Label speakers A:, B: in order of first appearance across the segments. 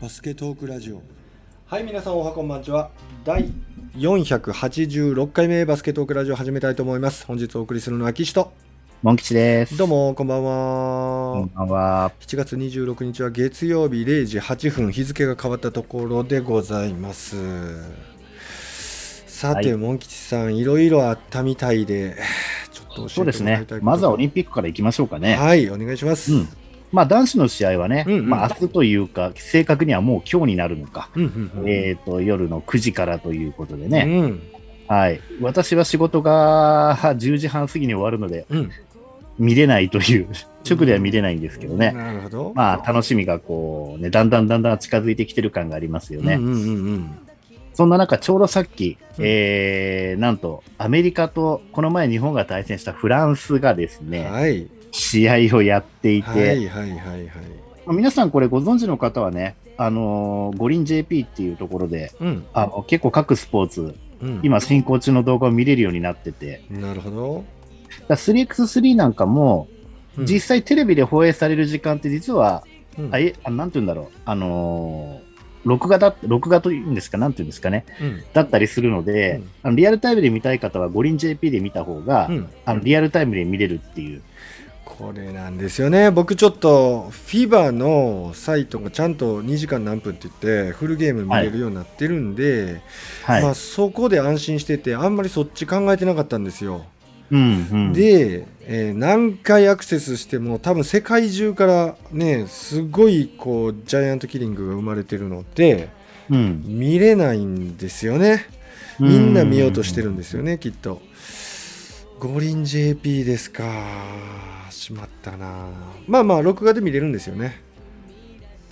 A: バスケトークラジオ
B: はい皆さんおはこんばんちは第486回目バスケトークラジオ始めたいと思います本日お送りするのは岸と
C: モン吉です。
B: どうもこんばん
C: こ
B: は
C: んばんは。
B: 7月26日は月曜日0時8分日付が変わったところでございますさて、
C: はい
B: モン吉さんいろいろあったみたいでちょっと
C: そ
B: 教
C: う
B: え
C: で
B: て
C: す
B: もらいたい
C: ね。まずはオリ
B: ン
C: ンピックからいきましょうかね。
B: はいお願いします、
C: うん。まあ、男子の試合はね、
B: うんうん
C: まあ、明日というか、正確にはもう今日になるのか。
B: うんうんうん
C: えっ、と、夜の9時からということでね。
B: うん
C: はい。私は仕事が10時半過ぎに終わるので、
B: うん
C: 見れないという、直では見れないんですけどね。
B: なるほど
C: まあ、楽しみがこう、ね、だんだんだんだん近づいてきてる感がありますよね。
B: うんうんうんうん
C: そんな中、ちょうどさっき、
B: うん
C: えー、なんと、アメリカと、この前日本が対戦したフランスがですね、
B: はい
C: 試合をやっていて、
B: はいはいはいはい
C: まあ皆さんこれご存知の方はね、あのー五輪 JP っていうところで、
B: うん
C: あの結構各スポーツ、
B: うん
C: 今進行中の動画を見れるようになってて、
B: なるほど
C: だから 3x3 なんかも、
B: うん
C: 実際テレビで放映される時間って実は、
B: うん
C: あえあなんて言うんだろう、あのー録画だ、録画というんですか、なんて言うんですかね、
B: うん
C: だったりするので、
B: うん
C: あのリアルタイムで見たい方は五輪 JP で見た方が、
B: うん
C: あのリアルタイムで見れるっていう。
B: これなんですよね僕ちょっと FIBA のサイトがちゃんと2時間何分って言ってフルゲーム見れるようになってるんで、
C: はい。
B: まあ、そこで安心しててあんまりそっち考えてなかったんですよ、
C: うんうん、
B: で、えー何回アクセスしても多分世界中からねすごいこうジャイアントキリングが生まれてるので
C: うん、
B: 見れないんですよねみんな見ようとしてるんですよね、きっと。五輪 JP ですか。しまったな。まあまあ、録画で見れるんですよね。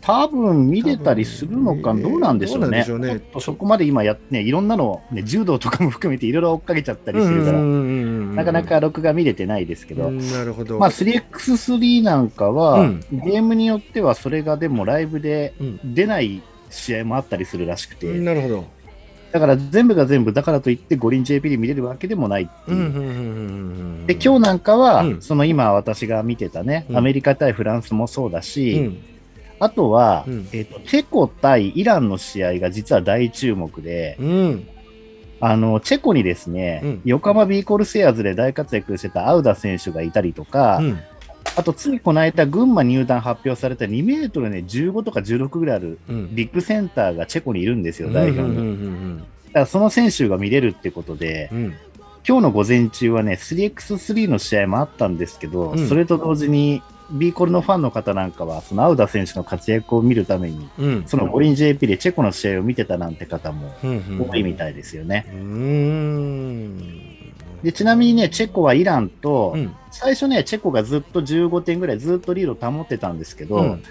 C: 多分見れたりするの
B: 多
C: か、
B: 分ね
C: どうなんでしょうね。
B: どうなんでしょうね
C: ちょっとそこまで今やって、ね、いろんなの、ね、柔道とかも含めていろいろ追っかけちゃったりするから、な
B: な
C: かなか録画見れてないですけど、
B: なるほど。
C: まあ、3x3 なんかは、
B: うん
C: ゲームによってはそれがでもライブで
B: うん
C: 出ない試合もあったりするらしくて、
B: なるほど。
C: だから全部が全部、だからといって五輪 JP で見れるわけでもないっていうう。
B: んうんうんうんうん
C: で今日なんかは、
B: うん
C: その今私が見てたね、
B: うん
C: アメリカ対フランスもそうだし、
B: うん
C: あとは、
B: うん
C: えっとチェコ対イランの試合が実は大注目で、
B: うん
C: あのチェコにですね、
B: うん
C: 横浜ビーコルセアーズで大活躍してたアウダ選手がいたりとか、
B: うん
C: あとついこの間、群馬入団発表された2メートル、ね、15とか16ぐらいある
B: うん
C: ビッグセンターがチェコにいるんですよ、代表に。
B: うんう
C: だ
B: んうん
C: からその選手が見れるってことで、
B: うんうん
C: 今日の午前中はね、3x3 の試合もあったんですけど、
B: うん
C: それと同時に、ビーコルのファンの方なんかは、そのアウダ選手の活躍を見るために、
B: うん
C: その五輪 JP でチェコの試合を見てたなんて方も
B: うんうん
C: 多いみたいですよね。
B: うーん
C: でちなみにね、チェコはイランと、
B: うん
C: 最初ね、チェコがずっと15点ぐらいずっとリードを保ってたんですけど、
B: うん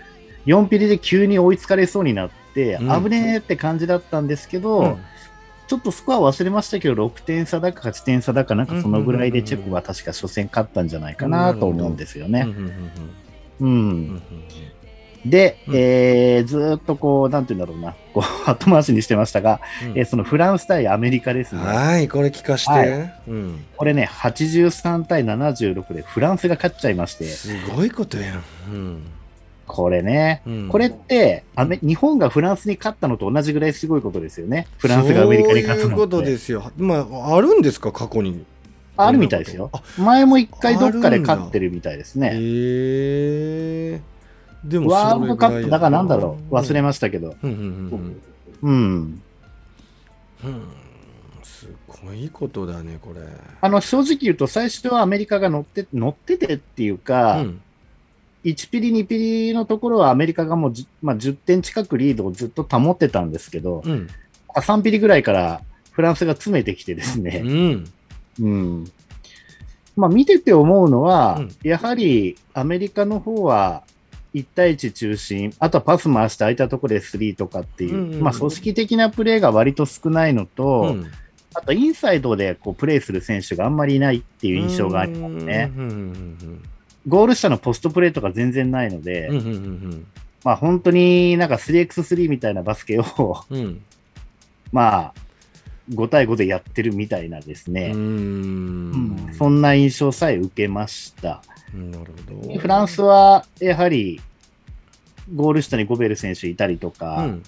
C: 4ピリで急に追いつかれそうになって、
B: うん
C: 危ねえって感じだったんですけど、
B: うん
C: ちょっとスコア忘れましたけど、6点差だか8点差だか、なんかそのぐらいでチェコが確か初戦勝ったんじゃないかなと思うんですよ
B: うんう
C: ね。
B: んうん
C: うん
B: うんうん
C: で、
B: うん
C: えーずーっとこう、なんて言うんだろうな、こう 後回しにしてましたが、
B: うん
C: えーそのフランス対アメリカですね。
B: はいこれ聞かして、
C: は
B: うん
C: これね、83対76でフランスが勝っちゃいまして、
B: すごいことやん、うん
C: これね、
B: うん
C: これってアメ、日本がフランスに勝ったのと同じぐらいすごいことですよね。フランスがアメリカに勝つ
B: そうい
C: の
B: う
C: っ
B: こと
C: て。
B: ですよ、まあ、あるんですか過去に
C: あるみたいですよ
B: あ。
C: 前も一回どっかで勝ってるみたいですね。
B: へえでも
C: ワールドカップだからなんだろう、忘れ
B: ま
C: ましたけど。
B: うんうんうん
C: うん。
B: うん、うん、すごいことだねこれ
C: あの、正直言うと、最初はアメリカが乗って、乗っててっていうか、
B: うん
C: 1ピリ、2ピリのところはアメリカがもうじ、まあ、10点近くリードをずっと保ってたんですけど、
B: うん
C: あ3ピリぐらいからフランスが詰めてきてです
B: う
C: ね、
B: ん
C: うん。まあ、見てて思うのは、
B: うん
C: やはりアメリカの方は、1対1中心、あとはパス回して空いたところで3とかっていう、
B: うんうんうん
C: まあ、組織的なプレーが割と少ないのと、
B: うん
C: あとインサイドでこうプレーする選手があんまりいないっていう印象がありますね。
B: うんうん
C: ゴール下のポストプレーとか全然ないので、
B: うんうんうんうん
C: まあ本当になんか 3x3 みたいなバスケを
B: うんうん
C: まあ5対5でやってるみたいなで
B: う
C: すね。
B: ん
C: うんそんな印象さえ受けました。
B: なるほど
C: フランスはやはりゴール下にゴベル選手いたりとか、
B: うん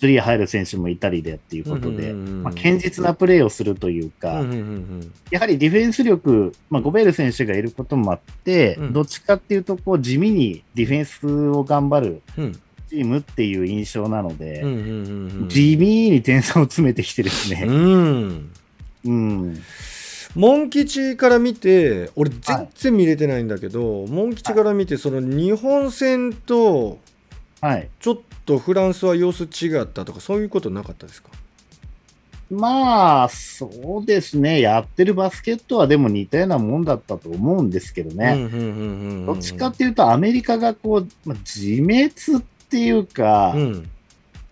C: スリー入る選手もいたりでっていうことで、
B: うんうんうんうん
C: まあ、堅実なプレーをするというか、
B: うんうんうん
C: やはりディフェンス力、まあ、ゴベール選手がいることもあって、
B: うん
C: どっちかっていうとこう地味にディフェンスを頑張る
B: うんうん
C: チームっていう印象なので、
B: うんうんうんうん
C: 地味に点差を詰めてきてです
B: う
C: ね、
B: ん
C: うん、
B: モン吉から見て俺全然見れてないんだけど、モン吉から見てその日本戦と
C: はい。
B: ちょっとフランスは様子違ったとかそういうことなかったですか
C: まあ、そうですね、やってるバスケットはでも似たようなもんだったと思うんですけどね、
B: うんうんうんうんうん
C: どっちかっていうと、アメリカがこう、まあ、自滅っていうか、
B: うん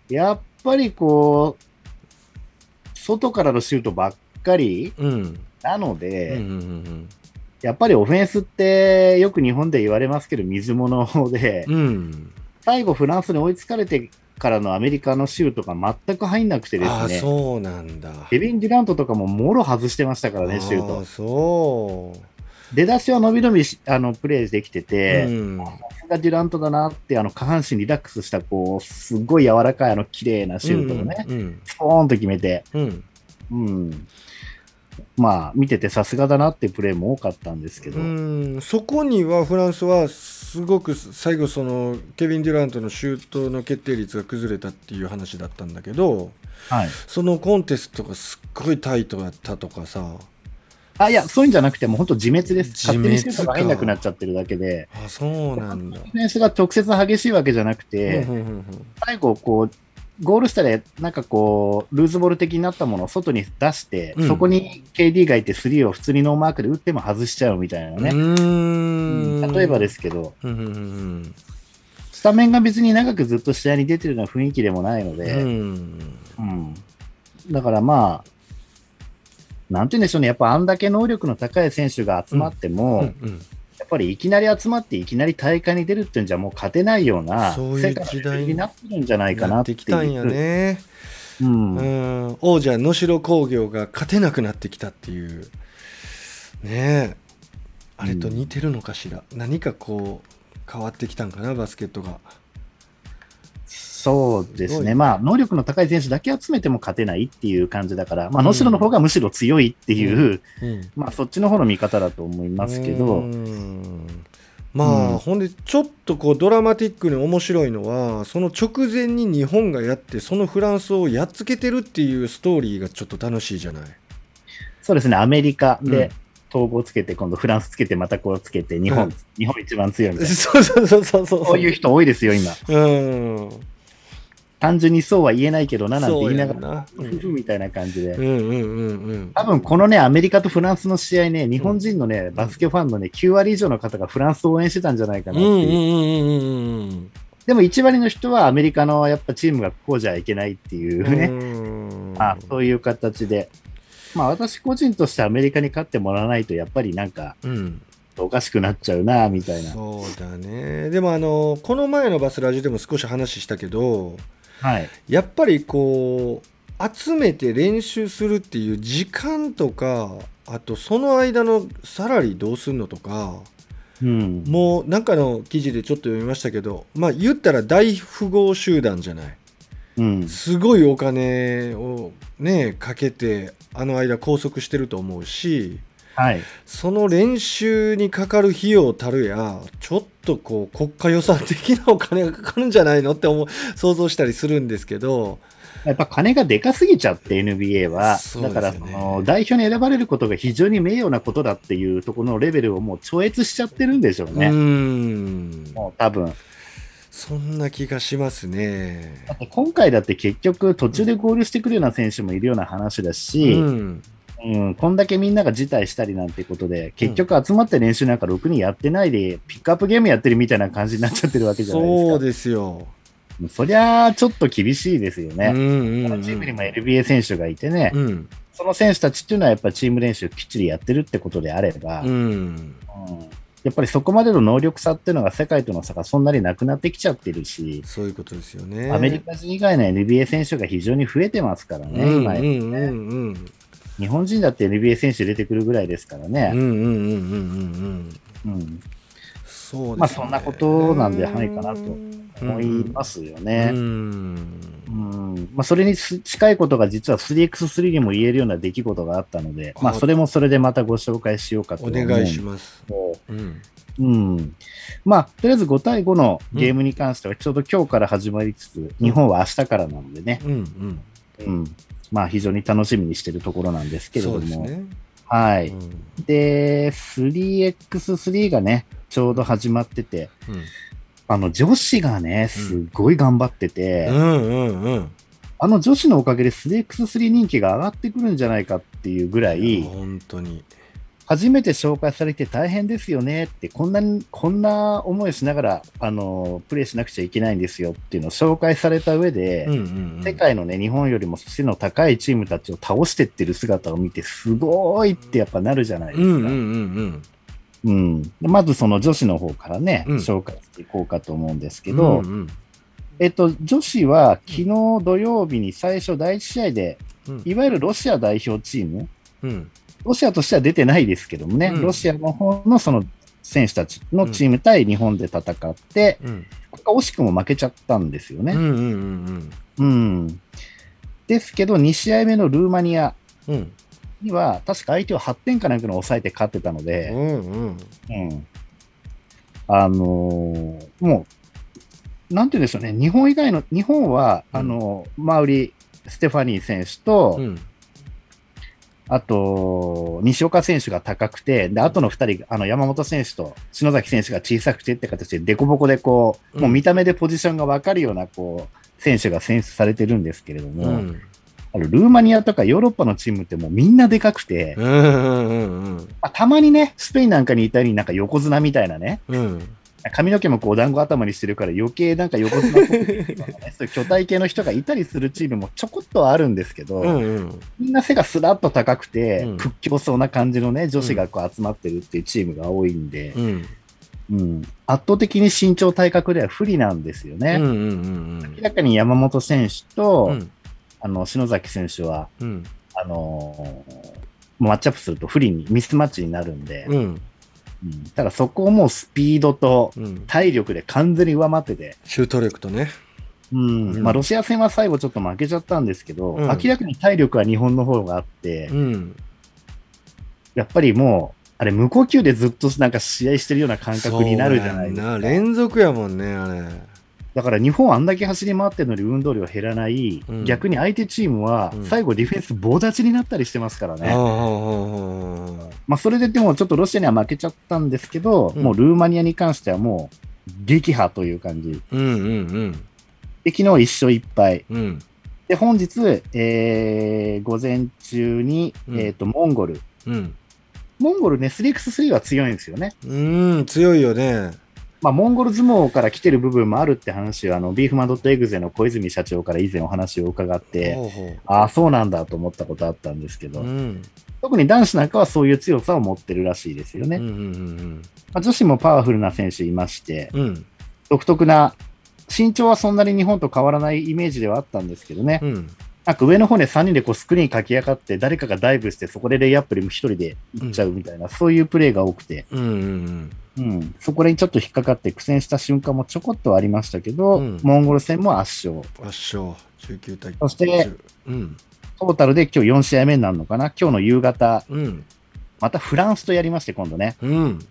C: やっぱりこう、外からのシュートばっかり
B: うんうん
C: なの
B: うん
C: で、
B: うんうん
C: やっぱりオフェンスってよく日本で言われますけど、水物で、
B: うん
C: 最後フランスに追いつかれてからのアメリカのシュートが全く入んなくてで
B: ああ
C: すね、
B: そうなんだ
C: ケビン・デュラントとかももろ外してましたからね、シュー
B: ああ
C: ト。
B: そう
C: 出だしは伸び伸びしあのプレーできてて、
B: うん
C: さすがデュラントだなって、あの下半身リラックスした、こう、すごい柔らかいあの綺麗なシュートをね、
B: うん
C: スポーンと決めて、
B: うん
C: うん、まあ、見ててさすがだなってプレーも多かったんですけ
B: う
C: ど、
B: ん、うんそこにはフランスはすごく最後そのケビン・デュラントのシュートの決定率が崩れたっていう話だったんだけど
C: はい、
B: そのコンテストがすっごいタイトだったとかさ
C: あいや、そういうんじゃなくて、もう本当自滅です。
B: 自
C: 勝手
B: 滅
C: に
B: か
C: シュートが入んなくなっちゃってるだけで、
B: あそうなんだ
C: ディフェンスが直接激しいわけじゃなく
B: うんう
C: て、
B: んうん
C: 最後、こう、ゴール下で、なんかこう、ルーズボール的になったものを外に出して、
B: うん
C: そこに KD がいて、スリーを普通にノーマークで打っても外しちゃうみたいな
B: うん
C: ね。
B: うーん
C: 例えばですけど、
B: うんうんうん
C: スタメンが別に長くずっと試合に出てるような雰囲気でもないの
B: う
C: で、
B: ん
C: うんだからまあ、なんて言うんでしょうね、やっぱあんだけ能力の高い選手が集まっても、
B: うんうん
C: やっぱりいきなり集まって、いきなり大会に出るっていうんじゃ、もう勝てないような、
B: そういう
C: 世界の
B: 時
C: レベ
B: 代
C: ルになってるんじゃないか
B: な
C: な
B: っ
C: って
B: て
C: い
B: き
C: う。
B: たんやね、
C: うん
B: うん、王者能代工業が勝てなくなってきたっていうねえあれと似てるのかしら、何かこう変わってきたんかなバスケットが
C: そうですす
B: ごい
C: ね、まあ、能力の高い選手だけ集めても勝てないっていう感じだから、
B: う
C: まあ、
B: ん
C: 能代の方がむしろ強いっていう、
B: うん
C: まあ、そっちの方の見方だと思いますけ
B: う
C: ど、
B: んまあ、
C: うん
B: ほんでちょっとこうドラマティックに面白いのはその直前に日本がやってそのフランスをやっつけてるっていうストーリーがちょっと楽しいじゃない。
C: そうですね、アメリカ
B: うん
C: で統合つけて、今度フランスつけて、またこうつけて、日本、
B: うん
C: 日本一番強いみたいな。
B: そうそうそうそうそう。
C: そういう人多いですよ、今。
B: うん。
C: 単純にそうは言えないけどな、なんて
B: そ
C: 言
B: う
C: い
B: や
C: なんがら、
B: な。う
C: うんんみたいな感じ
B: う
C: で。
B: んうんうんうん。
C: 多分このね、アメリカとフランスの試合ね、日本人のね、バスケファンのね、9割以上の方がフランスを応援してたんじゃないかな
B: う
C: って
B: ん
C: いう。
B: うんうんうんうん
C: でも1割の人はアメリカのやっぱチームがこうじゃいけないっていう
B: うん。
C: ね、
B: うん
C: まあそういう形で。まあ私個人としてアメリカに勝ってもらわないと、やっぱりなんか
B: うん。
C: おかしくなっちゃうな、みたいな。
B: そうだね。でもあのこの前のバスラジオでも少し話したけど、
C: はい。
B: やっぱりこう集めて練習するっていう時間とかあとその間のサラリーどうすんのとか
C: うん。
B: もうなんかの記事でちょっと読みましたけどまあ言ったら大富豪集団じゃない
C: うん。
B: すごいお金をねかけてあの間拘束してると思うし
C: はい。
B: その練習にかかる費用たるやちょっとこう国家予算的なお金がかかるんじゃないのって思う想像したりするんですけど
C: やっぱ金がでかすぎちゃって、NBA は、
B: そうで
C: だ
B: すよね
C: からその代表に選ばれることが非常に名誉なことだっていうところのレベルをもう超越しちゃってるんでしょう
B: う
C: ね、
B: ん
C: もう多分
B: そんな気がしますね。
C: だって今回だって結局、途中で合流してくるような選手もいるような話だし、
B: う
C: うん
B: ん、
C: こんだけみんなが辞退したりなんてことで、結局集まって練習なんかろくにやってないで、ピックアップゲームやってるみたいな感じになっちゃってるわけじゃないです
B: そ
C: か
B: う。ですよ。
C: そりゃあちょっと厳しいですよ
B: う
C: ね。
B: んうん
C: こ
B: うん
C: のチームにも NBA 選手がいてね、
B: うん
C: その選手たちっていうのはやっぱりチーム練習きっちりやってるってことであれば、
B: う
C: うん
B: ん
C: やっぱりそこまでの能力差っていうのが世界との差がそんなになくなってきちゃってるし、
B: そういうことですよね。
C: アメリカ人以外の NBA 選手が非常に増えてますから
B: うん
C: ね、
B: うん
C: 今
B: うんうん
C: 日本人だって NBA 選手出てくるぐらいですから
B: うんうんう
C: ね、
B: んうんうんうん
C: うん
B: そうですね
C: まあそんなことなんじゃないかなと
B: うん
C: 思いますよ
B: う
C: ね。
B: ん
C: うんまあ、それにす近いことが実は 3x3 にも言えるような出来事があったので、まあ、
B: あ
C: それもそれでまたご紹介しようかと
B: お
C: 思うん
B: 願いし
C: ま
B: ます。
C: す。
B: うん
C: うん。まあ、とりあえず5対5のゲームに関しては、ちょうど今日から始まりつつ、日本は明日からなのでね、
B: うんうん
C: うん。まあ、非常に楽しみにしてるところなんですけれ
B: そ
C: ど
B: うです
C: も、
B: ね。
C: は
B: う
C: い。
B: ん
C: で、3x3 がね、ちょうど始まってて、
B: うん
C: あの、女子がね、すっごい頑張ってて、
B: うんうんうん
C: あの女子のおかげで 3x3 人気が上がってくるんじゃないかっていうぐらい、
B: 本当に。
C: 初めて紹介されて大変ですよねって、こんなに、こんな思いしながら、あの、プレイしなくちゃいけないんですよっていうのを紹介された上で、
B: うんうんうん
C: 世界のね、日本よりも背の高いチームたちを倒してってる姿を見て、すごいってやっぱなるじゃないで
B: う
C: すか。
B: んうんうん
C: うんでまずその女子の方からね、
B: うん
C: 紹介していこうかと思うんです
B: う
C: け
B: ん。
C: ど、
B: うんうん
C: えっと、女子は昨日土曜日に最初第1試合で、
B: うん
C: いわゆるロシア代表チーム、
B: うん
C: ロシアとしては出てないですけどもね、
B: うん
C: ロシアの方のその選手たちのチーム対日本で戦って、
B: うん
C: ここが惜しくも負けちゃったんですよ
B: うんう
C: ね。
B: んうん
C: うん。ですけど、2試合目のルーマニア
B: うんうん
C: には、確か相手を8点かなんかの抑えて勝ってたので、
B: うん
C: うんあのーもう、なんて言うんでしょうね、日本以外の、日本は、
B: うん
C: あのマウリ・ステファニー選手と、
B: うん
C: あと、西岡選手が高くて、で、あとの2人、あの山本選手と篠崎選手が小さくてって形で、デコボコでこう、
B: うん
C: もう見た目でポジションが分かるような、こう、選手が選出されてるんですけれど
B: う
C: も、
B: ん
C: あのルーマニアとかヨーロッパのチームってもうみんなでかくて、
B: うんうんうんうん
C: まあ、たまにね、スペインなんかにいたようになんか横綱みたいなね、
B: うん
C: 髪の毛もこうお団子頭にしてるから余計なんか横綱っぽく見えるような ねそういう巨体系の人がいたりするチームもちょこっとはあるんですけど、
B: うんうん
C: みんな背がスラッと高くて、
B: うん
C: 屈強そうな感じのね女子がこう集まってるっていうチームが多いんで
B: う、ん
C: うん圧倒的に身長体格では不利なんですよね。
B: うんうんうん
C: 明らかに山本選手と、
B: うん
C: あの篠崎選手は
B: うん
C: あのーマッチアップすると不利にミスマッチになるんで、
B: うん
C: うんただそこをもうスピードと
B: うん
C: 体力で完全に上回ってて、
B: シュート力とね。
C: うん
B: うん
C: まあ、ロシア戦は最後ちょっと負けちゃったんですけど、
B: うん
C: 明らかに体力は日本の方があって、
B: うん
C: やっぱりもう、あれ、無呼吸でずっとなんか試合してるような感覚になるじゃないで
B: そ
C: す
B: う
C: か。
B: やん連続やもんね、あれ。
C: だから日本はあんだけ走り回ってるのに運動量減らない、
B: うん
C: 逆に相手チームは
B: うん
C: 最後ディフェンス棒立ちになったりしてますから
B: ああ
C: ね。
B: ああああ
C: まあ、それででもちょっとロシアには負けちゃったんですけど、
B: うん
C: もうルーマニアに関してはもう撃破という感じ。
B: うんうん
C: で、昨日1勝1敗。
B: うんうん
C: で、本日、えー午前中に、
B: うん
C: えっ、と、モンゴル。
B: うん
C: モンゴルね、3x3 は強いんですよね。
B: うん強いよね。
C: まあ、モンゴル相撲から来てる部分もあるって話は、あの、ビーフマンドットエグゼの小泉社長から以前お話を伺って、
B: ほうほ
C: ああ、そうなんだと思ったことあったんですけ
B: う
C: ど、
B: うん
C: 特に男子なんかはそういう強さを持ってるらしいですよね。
B: うんうん
C: まあ、女子もパワフルな選手いまして、
B: うんうん
C: 独特な、身長はそんなに日本と変わらないイメージではあったんですけどね、
B: うん
C: なんか上の方で3人でこうスクリーン駆け上がって、誰かがダイブして、そこでレイアップでも1人で行っちゃうみたいな、そういうプレーが多くて、
B: うんうん
C: うん、そこにちょっと引っかかって苦戦した瞬間もちょこっとはありましたけど、
B: うん
C: モンゴル戦も圧勝。
B: 圧勝19対10
C: そして、
B: うん
C: トータルで今日4試合目になるのかな今日の夕方、
B: うん
C: またフランスとやりまして、今度ね。
B: うん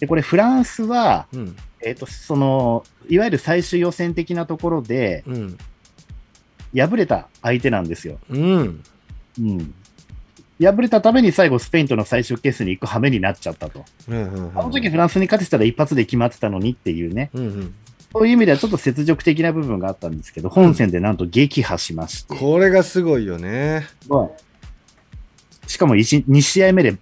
C: で、これフランスは、
B: うん
C: えっ、と、その、いわゆる最終予選的なところで、
B: うん
C: 敗れた相手なんですよ。
B: うん
C: うん。敗れたために最後スペインとの最終決戦に行く羽目になっちゃったと。
B: うん
C: あの時フランスに勝てたら一発で決まってたのにっていうね、
B: うんうん
C: そういう意味ではちょっと雪辱的な部分があったんですけど、本戦でなんと撃破しまして、
B: これがすごいよね。
C: しかも2試合目で、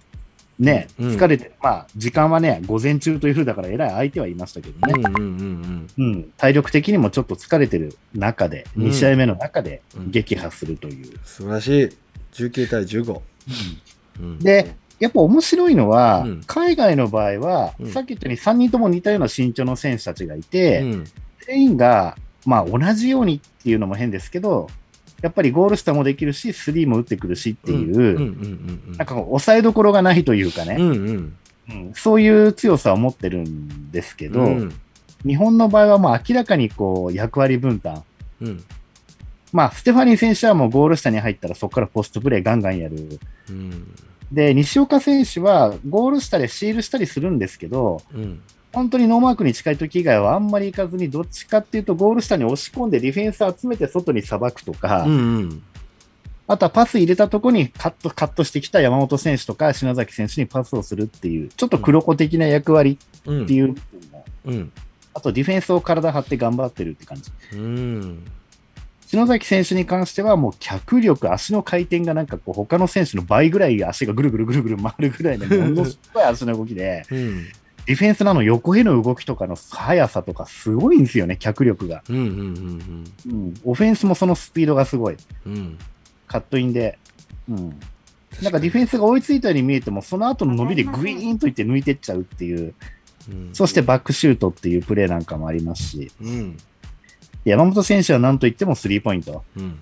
C: ね、
B: うん
C: 疲れて、まあ、時間はね、午前中というふうだから、えらい相手はいましたけど
B: う
C: ね、
B: んうんうん
C: うん、体力的にもちょっと疲れてる中で、
B: うん
C: 2試合目の中で
B: うん
C: 撃破するという。
B: 素晴らしい19対15。うん
C: で、やっぱ面白いのは、
B: うん
C: 海外の場合は、
B: うん
C: さっき言ったように3人とも似たような身長の選手たちがいて、
B: うん
C: 全員が、まあ、同じようにっていうのも変ですけど、やっぱりゴール下もできるし、スリーも打ってくるしっていう、
B: うんうん
C: なんかこう抑えどころがないというか
B: う
C: ね、
B: んうん
C: うんそういう強さを持ってるんですけど、
B: うん
C: 日本の場合はもう明らかにこう役割分担。
B: うん
C: まあ、ステファニー選手はもうゴール下に入ったらそこからポストプレーガンガンやる。
B: うん
C: で、西岡選手はゴール下でシールしたりするんですけど、
B: うん
C: 本当にノーマークに近い時以外はあんまり行かずに、どっちかっていうとゴール下に押し込んでディフェンス集めて外にさばくとか、
B: うん
C: あとはパス入れたとこにカット、カットしてきた山本選手とか篠崎選手にパスをするっていう、ちょっと黒子的な役割
B: うん
C: っていう部分も、
B: うん
C: あとディフェンスを体張って頑張ってるって感じ。
B: うん、
C: 篠崎選手に関しては、もう脚力、足の回転がなんかこう、他の選手の倍ぐらい足がぐるぐるぐるぐる回るぐらいの、ものすごい足の動きで
B: うん
C: ディフェンスのあの横への動きとかの速さとか、すごいんですよね、脚力が。
B: うんうん
C: うん、オフェンスもそのスピードがすごい、
B: うんうん
C: カットインで。うん、なんかディフェンスが追いついたように見えても、その後の伸びでグイーンといって抜いてっちゃうっていう、
B: うん
C: そしてバックシュートっていうプレーなんかもありますし、
B: うん
C: 山本選手はなんといってもスリーポイント、
B: うん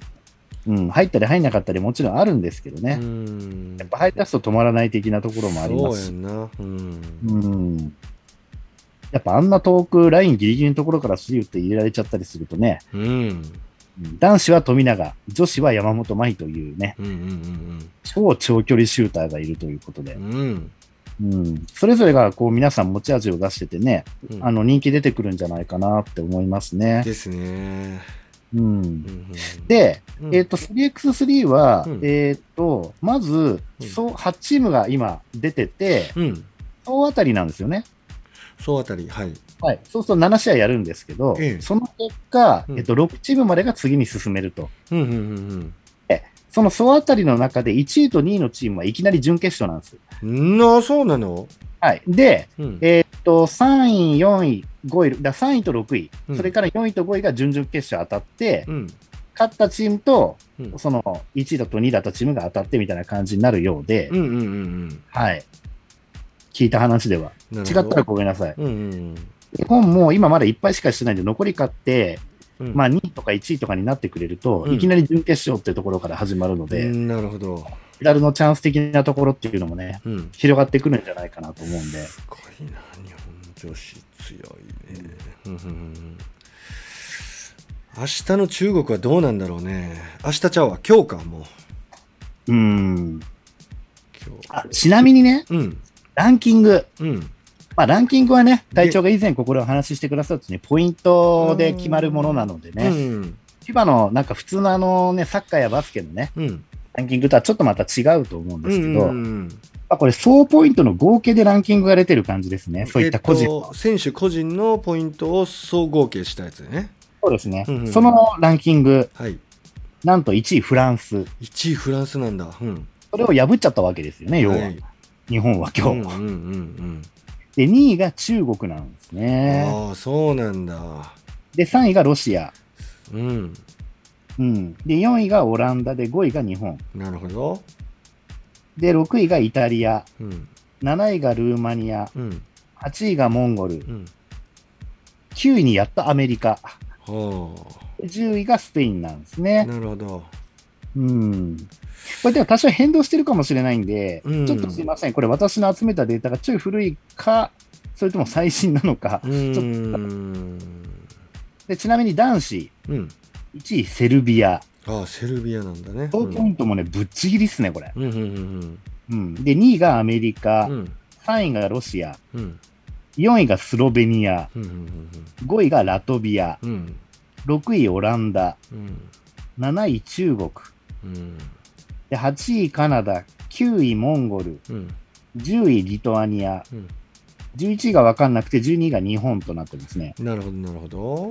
C: うん、入ったり入んなかったりもちろんあるんですけどね。
B: うん
C: やっぱ入り出すと止まらない的なところもありま
B: そう
C: す
B: や
C: し、
B: んなうん
C: うん、やっぱあんな遠く、ラインギリギリのところからスリー打って入れられちゃったりするとね、
B: うん
C: うん男子は富永、女子は山本舞というね、
B: うんうん
C: 超長距離シューターがいるということで
B: うんう、ん
C: うん、それぞれがこう皆さん持ち味を出しててね、
B: うん
C: あの人気出てくるんじゃないかなって思いますね。
B: ですね
C: うん
B: う、んうん
C: で、
B: うん
C: えっと 3x3 は、
B: うん
C: えっとまず、
B: うん
C: そう8チームが今出てて、
B: うん
C: 総当たりなんですよね。
B: そうあたりはい
C: はい、そうすると7試合やるんですけど、
B: ええ
C: その結果、
B: うん
C: えっと、6チームまでが次に進めると、
B: うんうんうん
C: その総当たりの中で1位と2位のチームはいきなり準決勝なんです。
B: うんなあそうなの
C: はい、で、
B: うん
C: えっと3位、4位、5位、だ3位と6位、
B: うん
C: それから4位と5位が準々決勝当たって、
B: うん
C: 勝ったチームと、
B: うん
C: その1位だと2位だとチームが当たってみたいな感じになるようで、
B: うんうんうん
C: はい、聞いた話で
B: う
C: は。
B: ん
C: 違ったらごめんなさい。
B: うんうん
C: 日本も今まだ1敗しかしてないんで、残り勝って、
B: うん
C: まあ、2位とか1位とかになってくれると、
B: うん
C: いきなり準決勝っていうところから始まるの
B: う
C: で、メ
B: んなるほど
C: ダルのチャンス的なところっていうのもね、
B: うん
C: 広がってくるんじゃないかなと思うんで、
B: すごいな日本女子強いね、うんうんうん明日の中国はどうなんだろうね明日ちゃうわ今日かもう
C: うん
B: 今日
C: あちなみにね、
B: うん
C: ランキング、
B: うん
C: まあ、ランキングはね、隊長が以前、ここでお話ししてくださったように、ポイントで決まるものなので
B: う
C: ね、
B: ん
C: 今のなんか普通のあの、ね、サッカーやバスケのね、
B: うん
C: ランキングとはちょっとまた違うと思うん
B: う
C: ですけ
B: んう
C: ど、
B: ん
C: ま
B: うん
C: あ、これ、総ポイントの合計でランキングが出てる感じですね、そういった個
B: え
C: 人
B: っ
C: の。
B: と選手個人のポイントを総合計したやつね
C: そうですね、
B: うんうん
C: そのランキング、
B: はい
C: なんと1位、フランス。
B: 1位フランスなんだうん
C: それを破っちゃったわけですよね、要は。
B: はい
C: 日本は
B: う
C: 今日、
B: んうんうん
C: で、2位が中国なんです
B: うん
C: ね。
B: ああそうなんだ
C: で、3位がロシア。
B: うん
C: うん。で、4位がオランダで、5位が日本。
B: なるほど
C: で、6位がイタリア。
B: うん
C: 7位がルーマニア。
B: うん
C: 8位がモンゴル。
B: うん
C: 9位にやったアメリカ。
B: は
C: 10位がスペインなんです
B: あ
C: ね。
B: なるほど
C: うん。これでは多少変動してるかもしれないんで、
B: うん
C: ちょっとすいません。これ私の集めたデータがちょい古いか、それとも最新なのか
B: う。ーん
C: でちなみに男子、
B: うん。
C: 1位セルビア。
B: ああ、セルビアなんだね。
C: 総ポイントもね、ぶっちぎりっすね、これ。
B: うんうんうん
C: うん、で、2位がアメリカ、
B: うん。うん
C: 3位がロシア、
B: うん
C: 4位がスロベニア、
B: うんうん
C: 5位がラトビア、
B: うんうん
C: 6位オランダ、
B: うん
C: 7位中国、
B: うん
C: で8位カナダ、9位モンゴル、
B: うん
C: 10位リトアニア、
B: うん
C: 11位が分かんなくて、12位が日本となってますね。
B: なるほど、なるほど。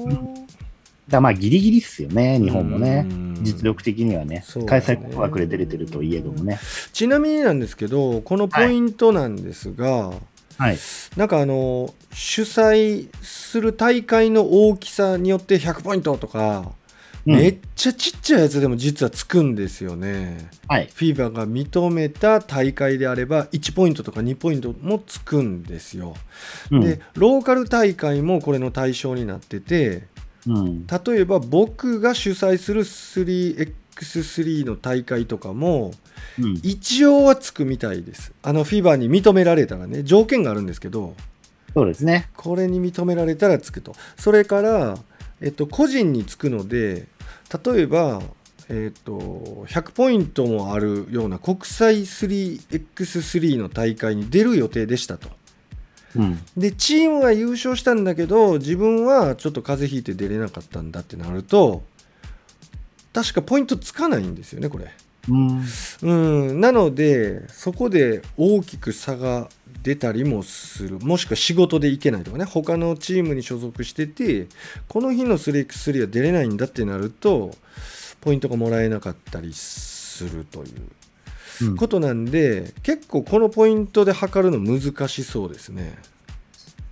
C: だまあ、ギリギリっすよね、日本もね。
B: うん
C: 実力的にはね、
B: そうだ
C: 開
B: ね
C: 催国枠で出れてるといえどもね。
B: ちなみになんですけど、このポイントなんですが、
C: はい。
B: なんかあの、主催する大会の大きさによって100ポイントとか、
C: うん
B: めっちゃちっちゃいやつでも実はつくんですよね。
C: はい。
B: FIBA が認めた大会であれば1ポイントとか2ポイントもつくんですよ。
C: うん
B: でローカル大会もこれの対象になってて
C: うん。
B: 例えば僕が主催する 3x3 の大会とかも
C: うん
B: 一応はつくみたいです。あの FIBA に認められたらね条件があるんですけど
C: そうですね。
B: これに認められたらつくとそれから、えっと、個人につくので例えば、えっと、100ポイントもあるような国際 3x3 の大会に出る予定でしたと
C: うん。
B: でチームは優勝したんだけど自分はちょっと風邪ひいて出れなかったんだってなると確かポイントつかないんですよねこれ。
C: うん。
B: うん、なのでそこで大きく差が出たりもするもしくは仕事で行けないとかね他のチームに所属しててこの日の 3x3 は出れないんだってなるとポイントがもらえなかったりするという
C: うん
B: ことなんで結構このポイントで測るの難しそうですね。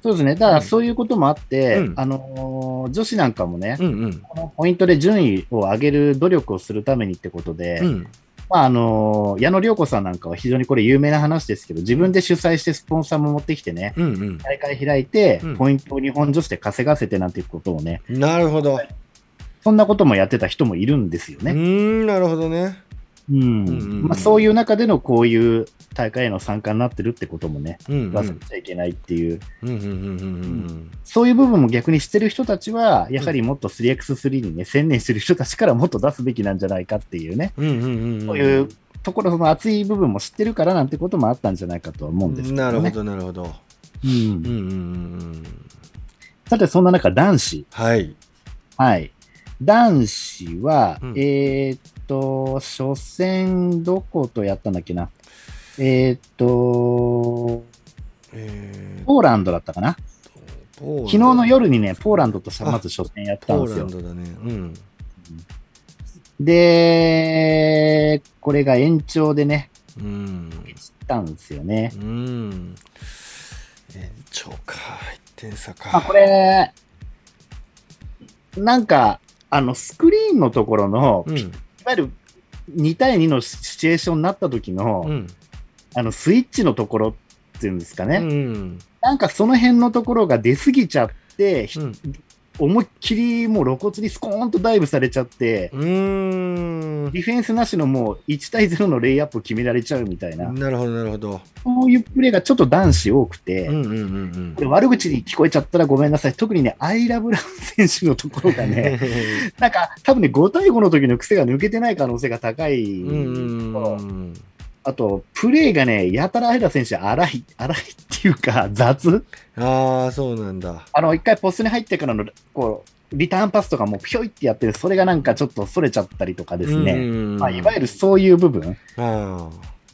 C: そうですね。だからそういうこともあって、
B: うん
C: あのー女子なんかもね、
B: うんうん
C: このポイントで順位を上げる努力をするためにってことで、
B: うん
C: まああのー矢野涼子さんなんかは非常にこれ有名な話ですけど、自分で主催してスポンサーも持ってきてね、
B: うん
C: 大会開いて
B: うん、
C: ポイントを日本女子で稼がせてなんていうことをね、
B: うん、なるほど。
C: そんなこともやってた人もいるんですよ
B: うー
C: ね。
B: んなるほどね。
C: うん
B: うんうんうん
C: まあ、そういう中でのこういう大会への参加になってるってこともね、
B: うんうんう
C: 忘れ
B: ん
C: ちゃいけないっていう、
B: うんうんうん
C: そういう部分も逆にしてる人たちは、やはりもっと 3x3 にね、専念してる人たちからもっと出すべきなんじゃないかっていうね、
B: うんうんうんうん
C: そういうところ、その熱い部分も知ってるからなんてこともあったんじゃないかとは思うんですけど、ね。
B: なるほどなるほど。
C: うん
B: うんうんうんうん
C: さて、そんな中、男子。
B: はい。
C: はい。男子は、
B: うん
C: えーっと、初戦どことやったんだっけな。えーっと、
B: えー
C: ポーランドだったかな。
B: ポーランド
C: 昨日の夜にね、ポーランドとさまず初戦やった
B: ポ
C: んで
B: ー
C: す
B: ラン
C: よ。
B: ドだね。うん。
C: で、これが延長でね、
B: うん。
C: 散ったんですよね。
B: うん。延長か。1点差か。
C: まあ、これ、なんか、あの、スクリーンのところの、
B: う
C: い
B: ん。
C: わゆる2対2のシチュエーションになった時の、
B: うん。
C: あの、スイッチのところっていうんですかね。
B: うん。
C: なんかその辺のところが出過ぎちゃって、ひ
B: うん
C: 思いっきりもう露骨にスコーンとダイブされちゃって、
B: うーん。
C: ディフェンスなしのもう1対0のレイアップを決められちゃうみたいな、
B: なるほど、なるほど。
C: そういうプレーがちょっと男子多くて、
B: うんうんうん
C: これ悪口に聞こえちゃったらごめんなさい。特にね、アイラブラン選手のところが
B: うん。
C: ね、なんか多分ね、5対5の時の癖が抜けてない可能性が高い。
B: うんうん
C: あと、プレーがね、やたらアイラ選手荒い、荒いっていうか雑
B: ああ、そうなんだ。
C: あの、一回ポストに入ってからの、こう、リターンパスとかもピョイってやってる、それがなんかちょっとそれちゃったりとかです
B: うん
C: ね。
B: うんうん。
C: まあ、いわゆるそういう部分
B: あ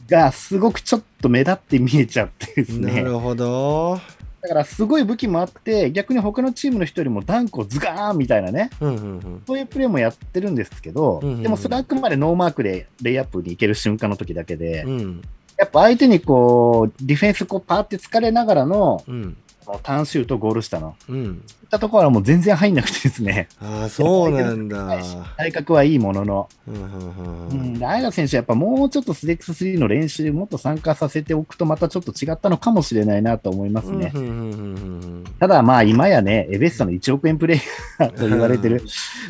C: がすごくちょっと目立って見えちゃってで
B: あ
C: す
B: な
C: ね。
B: るほど。
C: だからすごい武器もあって、逆に他のチームの人よりも断固ズガーンみたいなね、
B: うんうんうん。
C: そういうプレーもやってるんですけど、
B: うんうんうん
C: でもそれはあくまでノーマークでレイアップに行ける瞬間の時だけで、
B: うん
C: やっぱ相手にこう、ディフェンスこうパーって疲れながらの、
B: うん
C: このターンシュートゴール下の、
B: うん。
C: いったところはもう全然入んなくてですね、
B: ああ、そうなんだ。
C: 体格はいいものの、
B: うんうんう
C: うんん、でアイラ選手はやっぱもうちょっとスレックス3の練習もっと参加させておくとまたちょっと違ったのかもしれないなと思いますね。
B: うんうんうんうん
C: ただまあ今やね、エベッサの1億円プレイヤーと言われてる、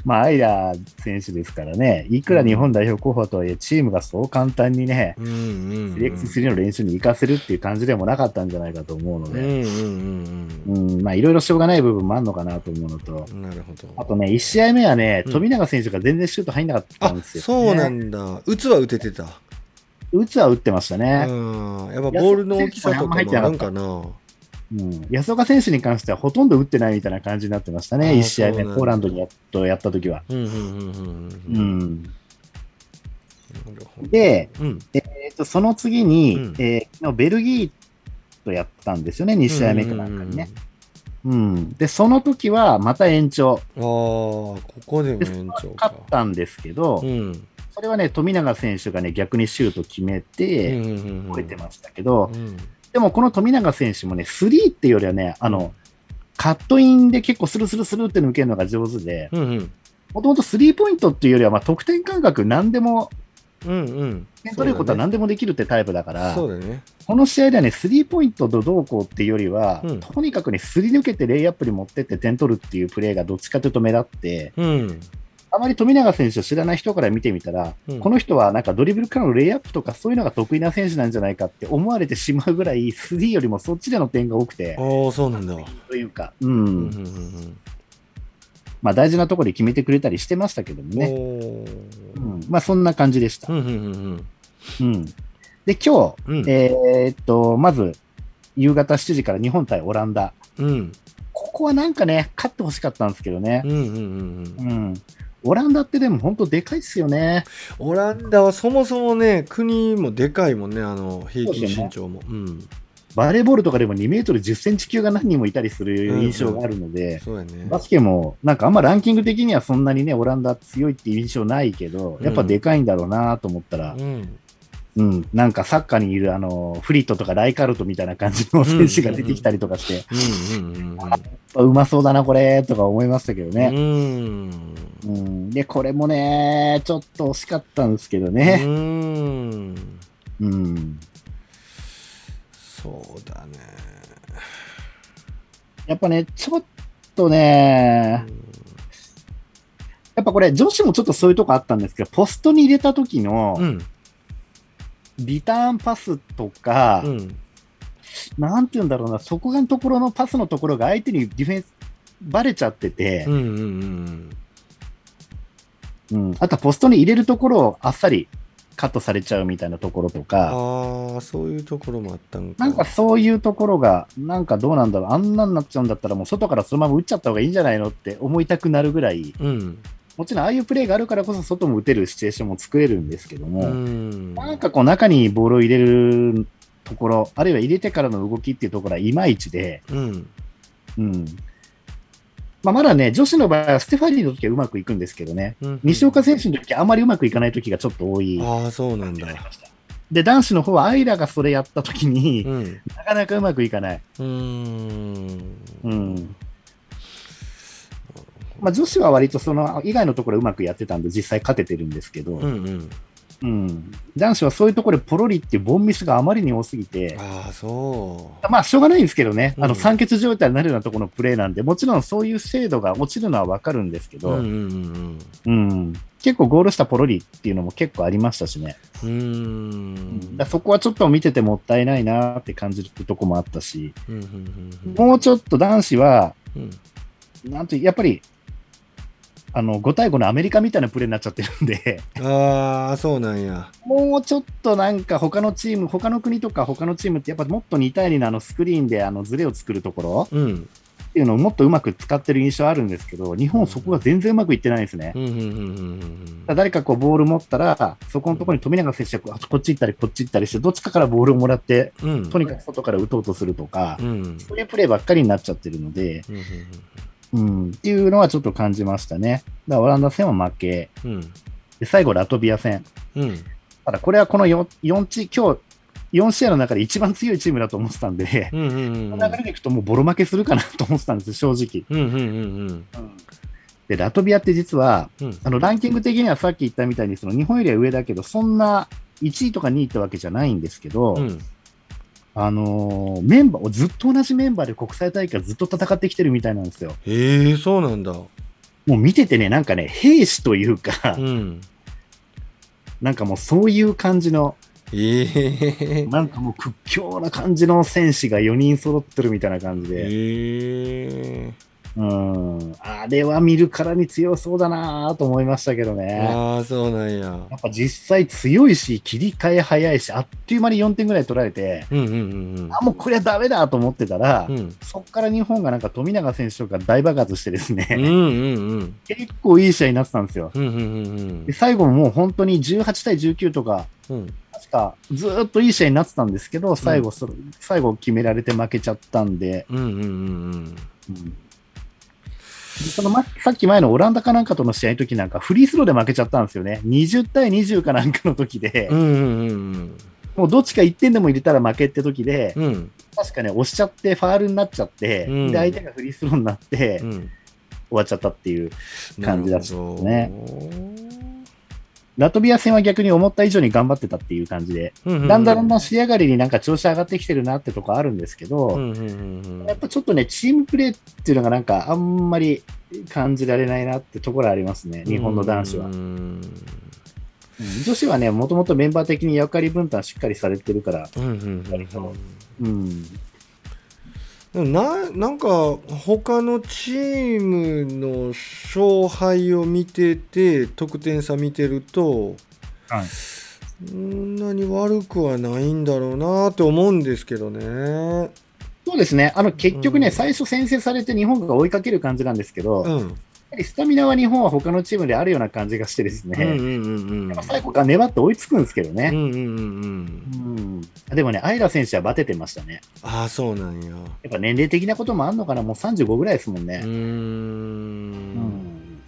C: まあアイラ選手ですからね、いくら日本代表候補とはいえチームがそう簡単にね、
B: うんうんうん
C: スレックス3の練習に行かせるっていう感じでもなかったんじゃないかと思うの
B: うんう
C: で、
B: んうん
C: うん、まあいろいろしょうがない部分もあるのかなと思うのと、
B: うんなるほど。
C: あとね、1試合目はね、
B: うん
C: 富永選手が全然シュート入んなかった
B: あ
C: んですよ、
B: そうなんだ。打つは打ててた。
C: 打つは打ってましたね。
B: うん。やっぱボールの大きさとかもあるんかな。
C: うん、安岡選手に関してはほとんど打ってないみたいな感じになってました
B: あ
C: ね、
B: ー
C: 1試合
B: そう
C: 目、
B: なんだ
C: ポーランドにやっとやったときは、
B: うんうんうんうん
C: う
B: うん。
C: ん
B: なるほど
C: で、
B: うん。
C: えっとその次に、
B: うん
C: えー昨日ベルギーとやったんですよね、2試合目かなんかにね。うん、で、その時はまた延長、
B: うんうんうん。ああ、ここでも延長
C: 勝
B: か。
C: ったんですけど、
B: うん。
C: それはね、富永選手がね、逆にシュート決めて、超えてましたけど、
B: うん
C: でもこの富永選手もね、スリーっていうよりはね、あの、カットインで結構スルスルスルって抜けるのが上手で、
B: うんうん。
C: もともとスリーポイントっていうよりは、まあ、得点感覚、何でも、
B: うんうん。
C: 点取れることは何でもできるってタイプだから、
B: そうだね。
C: この試合ではね、スリーポイントとどうこうっていうよりは、
B: うん
C: とにかくね、すり抜けてレイアップに持ってって点取るっていうプレーがどっちかというと目立って、
B: うん。
C: あまり富永選手を知らない人から見てみたら、
B: うん
C: この人はなんかドリブルからのレイアップとかそういうのが得意な選手なんじゃないかって思われてしまうぐらい、3よりもそっちでの点が多くて、
B: ああ、そうなんだ。
C: というか、うん
B: うんうんうん
C: まあ、大事なところで決めてくれたりしてましたけども
B: うん。
C: ね、
B: おー
C: うんまあ、そんな感じでした
B: う。んうんうん
C: うん、で、今日、
B: うん。うん
C: えーっと、まず、夕方7時から日本対オランダ。
B: うん
C: ここはなんかね、勝ってほしかったんですけどね
B: う。んうんうんうん
C: うん。オランダってでも本当でかいっすよね。
B: オランダはそもそもね、国もでかいもんね、あの平均身長も。うん、
C: バレーボールとかでも2メートル10センチ級が何人もいたりする印象があるので、
B: そうやね。
C: バスケもなんかあんまランキング的にはそんなにね、オランダ強いっていう印象ないけど、やっぱでかいんだろうなと思ったら、
B: うん、
C: うん、なんかサッカーにいるあの、フリットとかライカルトみたいな感じの選手が出てきたりとかして、やっ
B: うん、うん、
C: ぱうまそうだなこれとか思いましたけど
B: うん、う
C: ね。
B: ん、
C: うん、で、これもね、ちょっと惜しかったんですけど
B: う
C: ね。
B: ん、
C: うん。
B: そうだね。
C: やっぱね、ちょっとね、やっぱこれ、女子もちょっとそういうとこあったんですけど、ポストに入れた時
B: う
C: の
B: ん、
C: リターンパスとか、
B: うん、
C: なんて言うんだろうな、そこがのところのパスのところが相手にディフェンスバレちゃってて
B: う、ん、うん、
C: うんあとはポストに入れるところをあっさりカットされちゃうみたいなところとか、
B: ああ、そういうところもあったんか。
C: なんかそういうところが、なんかどうなんだろう、あんなになっちゃうんだったら、もう外からそのまま打っちゃった方がいいんじゃないのって思いたくなるぐらい、
B: うん、
C: もちろんああいうプレーがあるからこそ、外も打てるシチュエーションも作れるんですけども。
B: うん、
C: なんかこう中にボールを入れるところ、あるいは入れてからの動きっていうところはいまいちで、
B: うん、
C: うんまあ、まだね、女子の場合はステファニーの時はうまくいくんですけどね、
B: うん、
C: 西岡選手の時はあまりうまくいかない時がちょっと多い。
B: ああ、そうなんだ。
C: で、男子の方はアイラがそれやった時に、
B: うん、
C: なかなかうまくいかない。
B: うん、
C: うんまあ、女子は割とその以外のところうまくやってたんで、実際勝ててるんですけど、
B: うん、うん、
C: うん男子はそういうところでポロリっていうボンミスがあまりに多すぎて、
B: ああ、そ
C: まあ、しょうがないんですけどね、あ
B: うん
C: の酸欠状態になるようなところのプレーなんで、もちろんそういう精度が落ちるのは分かるんですけ
B: う。
C: ど、
B: う、
C: うん
B: うんん、うん、
C: 結構ゴールしたポロリっていうのも結構ありましたしね、
B: う
C: だ
B: ん
C: から。そこはちょっと見ててもったいないなって感じるとこもあったし、
B: うんうん
C: もうちょっと男子は、
B: うんうん
C: なんとやっぱりあの5対5のアメリカみたいなプレーになっちゃってる んで、
B: ああそうなんや
C: もうちょっとなんか他のチーム、他の国とか他のチームって、やっぱもっと2対2のあのスクリーンであのズレを作るところ。
B: うん
C: っていうのをもっとうまく使ってる印象あるんですけど、日本そこが全然うまくいってないんですね
B: う。んうんうん
C: だから誰かこうボール持ったら、そこのところに富永選手がこっち行ったりこっち行ったりして、どっちかからボールをもらって、
B: うんうん
C: とにかく外から打とうとするとか
B: う、んうん
C: そういうプレーばっかりになっちゃってるので、
B: うん
C: うん、っていうのはちょっと感じましたね。だからオランダ戦は負け。
B: うん
C: で、最後ラトビア戦。
B: うん
C: ただこれはこの 4, 4チ、今日4試合の中で一番強いチームだと思ってたんで、
B: うんうんうんうん
C: この流れでいくともうボロ負けするかなと思ってたんです正直。
B: うんうん
C: で、ラトビアって実は、
B: うん
C: あのランキング的にはさっき言ったみたいに、その日本よりは上だけど、そんな1位とか2位ってわけじゃないんですけど、
B: うん
C: あのーメンバーをずっと同じメンバーで国際大会ずっと戦ってきてるみたいなんですよ。
B: ええそうなんだ
C: もう見ててね、なんかね、兵士というか、
B: うん
C: なんかもうそういう感じの、
B: ええ
C: なんかもう屈強な感じの戦士が4人揃ってるみたいな感じで、
B: ええ
C: うん、あれは見るからに強そうだなぁと思いましたけどね。
B: ああそうなんや
C: やっぱ実際強いし、切り替え早いし、あっという間に4点ぐらい取られて、
B: うんうんうん
C: あ、もうこりゃダメだと思ってたら、
B: うん
C: そこから日本がなんか富永選手とか大爆発してです
B: うん
C: ね、
B: うんうん
C: 結構いい試合になってたんですよ。
B: うんうんうん
C: で最後ももう本当に18対19とか、
B: うん
C: 確かずーっといい試合になってたんですけど、最後そ、最後決められて負けちゃったんで、
B: うんうんうんうん
C: でそのま、さっき前のオランダかなんかとの試合の時なんか、フリースローで負けちゃったんですよね。20対20かなんかの時で
B: う、んうんうん
C: もうどっちか1点でも入れたら負けって時で、
B: うんうん
C: 確かね、押しちゃって、ファールになっちゃって、
B: うん
C: で相手がフリースローになって、
B: うん
C: 終わっちゃったっていう。感じだった
B: なるほど
C: ねラトビア戦は逆に思った以上に頑張ってたっていう感じで、だんだんだんだん仕上がりになんか調子上がってきてるなってとこあるんですけど、
B: うんうんうんうん
C: やっぱちょっとね、チームプレーっていうのがなんかあんまり感じられないなってところありますね、日本の男子は
B: う。ん
C: うん女子はね、もともとメンバー的に役割分担しっかりされてるから、
B: うんうんうん
C: うん、
B: でもななんか他のチームの勝敗を見てて得点差見てると、
C: はい
B: そんなに悪くはないんだろうなって思うんですけどね。
C: そうですね、あの結局ね、
B: うん
C: 最初先制されて日本が追いかける感じなんですけど、
B: う
C: やっ
B: ん、うん
C: ぱりスタミナは日本は他のチームであるような感じがしてです
B: うん
C: ね、
B: うんうん
C: やっぱ最後から粘って追いつくんですけど
B: う
C: ね。
B: んうんうんうん
C: うんでもね、アイラ選手はバテてましたね。
B: ああそうなんや。
C: やっぱ年齢的なこともあんのかな、もう35ぐらいですもん
B: う
C: ね
B: ー。ん
C: うん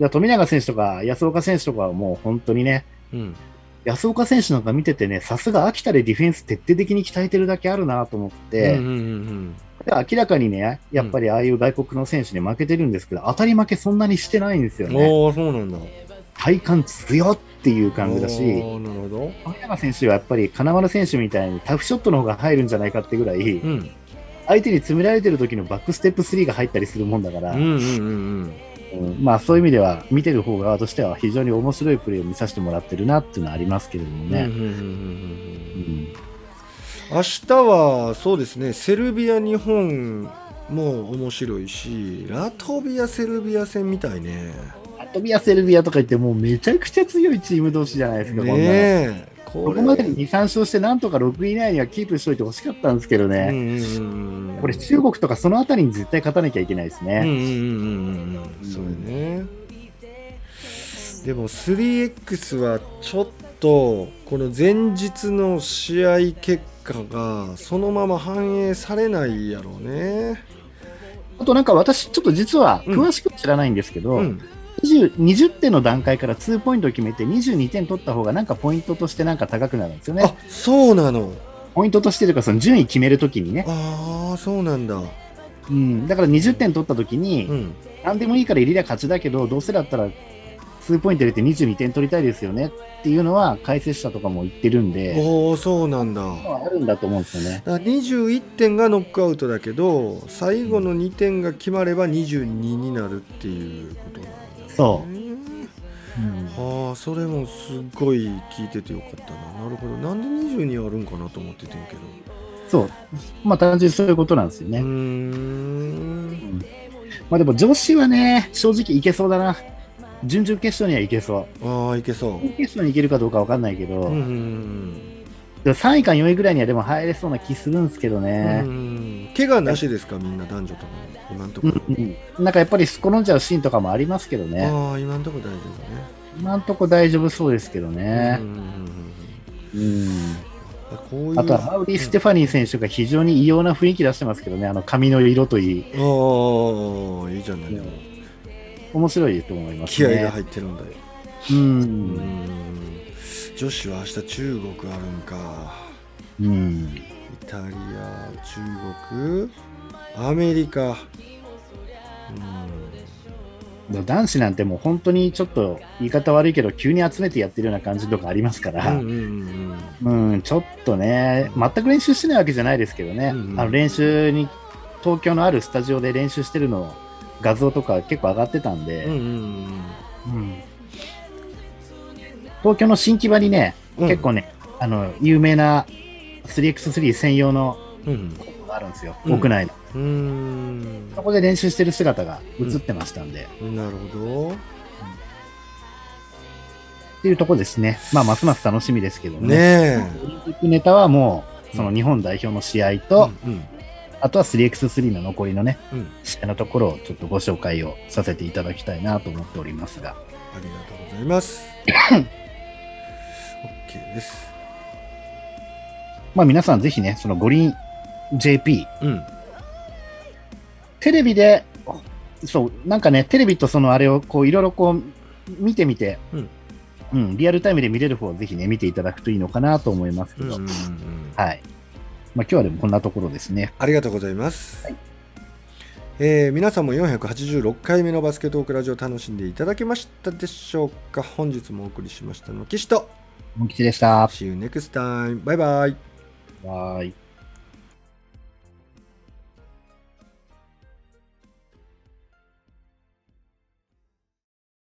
C: いや富永選手とか安岡選手とかはもう本当にね、
B: うん
C: 安岡選手なんか見ててね、さすが秋田でディフェンス徹底的に鍛えてるだけあるなと思っ
B: うん
C: て、
B: うんうん
C: で明らかにね、やっぱりああいう外国の選手に負けてるんですけど、当たり負けそんなにしてないんですよ
B: うん
C: ね。
B: おーそうなんだ。
C: 体感強っていう感じだし、
B: おーなるほど。
C: 富永選手はやっぱり金丸選手みたいにタフショットの方が入るんじゃないかってぐらい、
B: うん
C: 相手に詰められてる時のバックステップ3が入ったりするもんだから、
B: うんうんうんうん。
C: うんまあそういう意味では見てる方側としては非常に面白いプレーを見させてもらってるなっていうのはありますけれども
B: うん
C: ね。
B: うんうんうんうんうん
C: うん
B: 明日はそうですねセルビア、日本も面白いしラトビア、セルビア戦みたいね。
C: ラトビア、セルビアとか言ってもうめちゃくちゃ強いチーム同士じゃないですか、こんなの。
B: ねえこ
C: ここまでに2、3勝してなんとか6位以内にはキープしといてほしかったんですけ
B: う
C: ど
B: ん
C: ね。
B: うんうん
C: これ中国とかそのあたりに絶対勝たなきゃいけないです
B: うんう
C: ね。
B: んうんうんうんそうねでも 3X はちょっとこの前日の試合結果がそのまま反映されないやろうね。
C: あとなんか私ちょっと実は
B: うん
C: 詳しくは知らないんですけど、
B: うん、
C: 20, 20点の段階から2ポイントを決めて22点取った方がなんかポイントとしてなんか高くなるんですよ
B: あ
C: ね。
B: そうなの。
C: ポイントとしてというかその順位決めるときにね。
B: ああそうなんだ。
C: うん、だから20点取ったときに、
B: うん
C: 何でもいいから入れりゃ勝ちだけど、どうせだったら2ポイント入れて22点取りたいですよねっていうのは解説者とかも言ってるんで、
B: おおそうなんだ
C: まああるんだと思うんですよね。
B: だから21点がノックアウトだけど最後の2点が決まれば22になるっていうことなんだね
C: そう
B: ああそれもすごい聞いててよかったななるほどなんで22あるんかなと思っててんけど
C: そう。まあ単純にそういうことなんですよね。
B: うーん
C: まあでも女子はね、正直いけそうだな。準々決勝にはいけそう。
B: ああいけそう
C: 準々決勝にいけるかどうかわかんないけ
B: う
C: ど、
B: んうん
C: でも3位か4位ぐらいにはでも入れそうな気するんですけど
B: うんう
C: ね。
B: ん怪我なしですかみんな男女とも今んとこ
C: う
B: ろ
C: ん、うんなんかやっぱりすっ転んじゃうシーンとかもありますけどね。
B: ああ今んところ大丈
C: 今んとこ大丈夫そうですけど
B: 夫ね
C: ね
B: う。んうんうんうん
C: うん
B: あこういう
C: あとはハウリー・ステファニー選手が非常に異様な雰囲気出してますけどね、あの髪の色といい、
B: ああいいじゃないでも
C: 面白いと思います
B: 気合
C: ね。
B: が入ってるんだよ、
C: う
B: うー
C: ん、
B: ん女子は明日中国あるんか
C: うん、
B: イタリア中国アメリカう
C: 男子なんてもう本当にちょっと言い方悪いけど、急に集めてやってるような感じとかありますか
B: ーん
C: ら
B: うん、うん
C: うん、ちょっとね、全く練習してないわけじゃないですけどね、
B: うん
C: あの練習に、東京のあるスタジオで練習してるのを画像とか結構上がってたん
B: うんうんう
C: で、
B: ん
C: うん東京の新木場にね、
B: うん
C: 結構ね、あの有名な 3x3 専用の
B: うん
C: コートがあるんですよ、
B: うん
C: 屋内の。
B: うーん
C: そこで練習してる姿が映ってましたんで、っ
B: なるほど
C: ていうとこですね、まあ、ますます楽しみですけど
B: ね
C: ね、
B: え
C: オリンピックネタはもう、その日本代表の試合と、
B: うん
C: あとは 3x3 の残りのね、
B: うん
C: 試合のところをちょっとご紹介をさせていただきたいなと思っておりますが、
B: ありがとうございます OK です
C: まあ、皆さん、ぜひね、その五輪 JP、
B: うん
C: テレビで、そう、なんかね、テレビとそのあれをこういろいろこう見てみて、
B: うん
C: うんリアルタイムで見れる方をぜひね、見ていただくといいのかなと思いますけ
B: うん
C: ど、
B: うんうん
C: はい。まあ、今日はでもこんなところですね。
B: ありがとうございます。えー皆さんも486回目のバスケットオークラジオ楽しんでいただけましたでしょうか本日もお送りしましたのは岸と
C: 本吉でした。
B: See you next time バイバイ
C: バイ。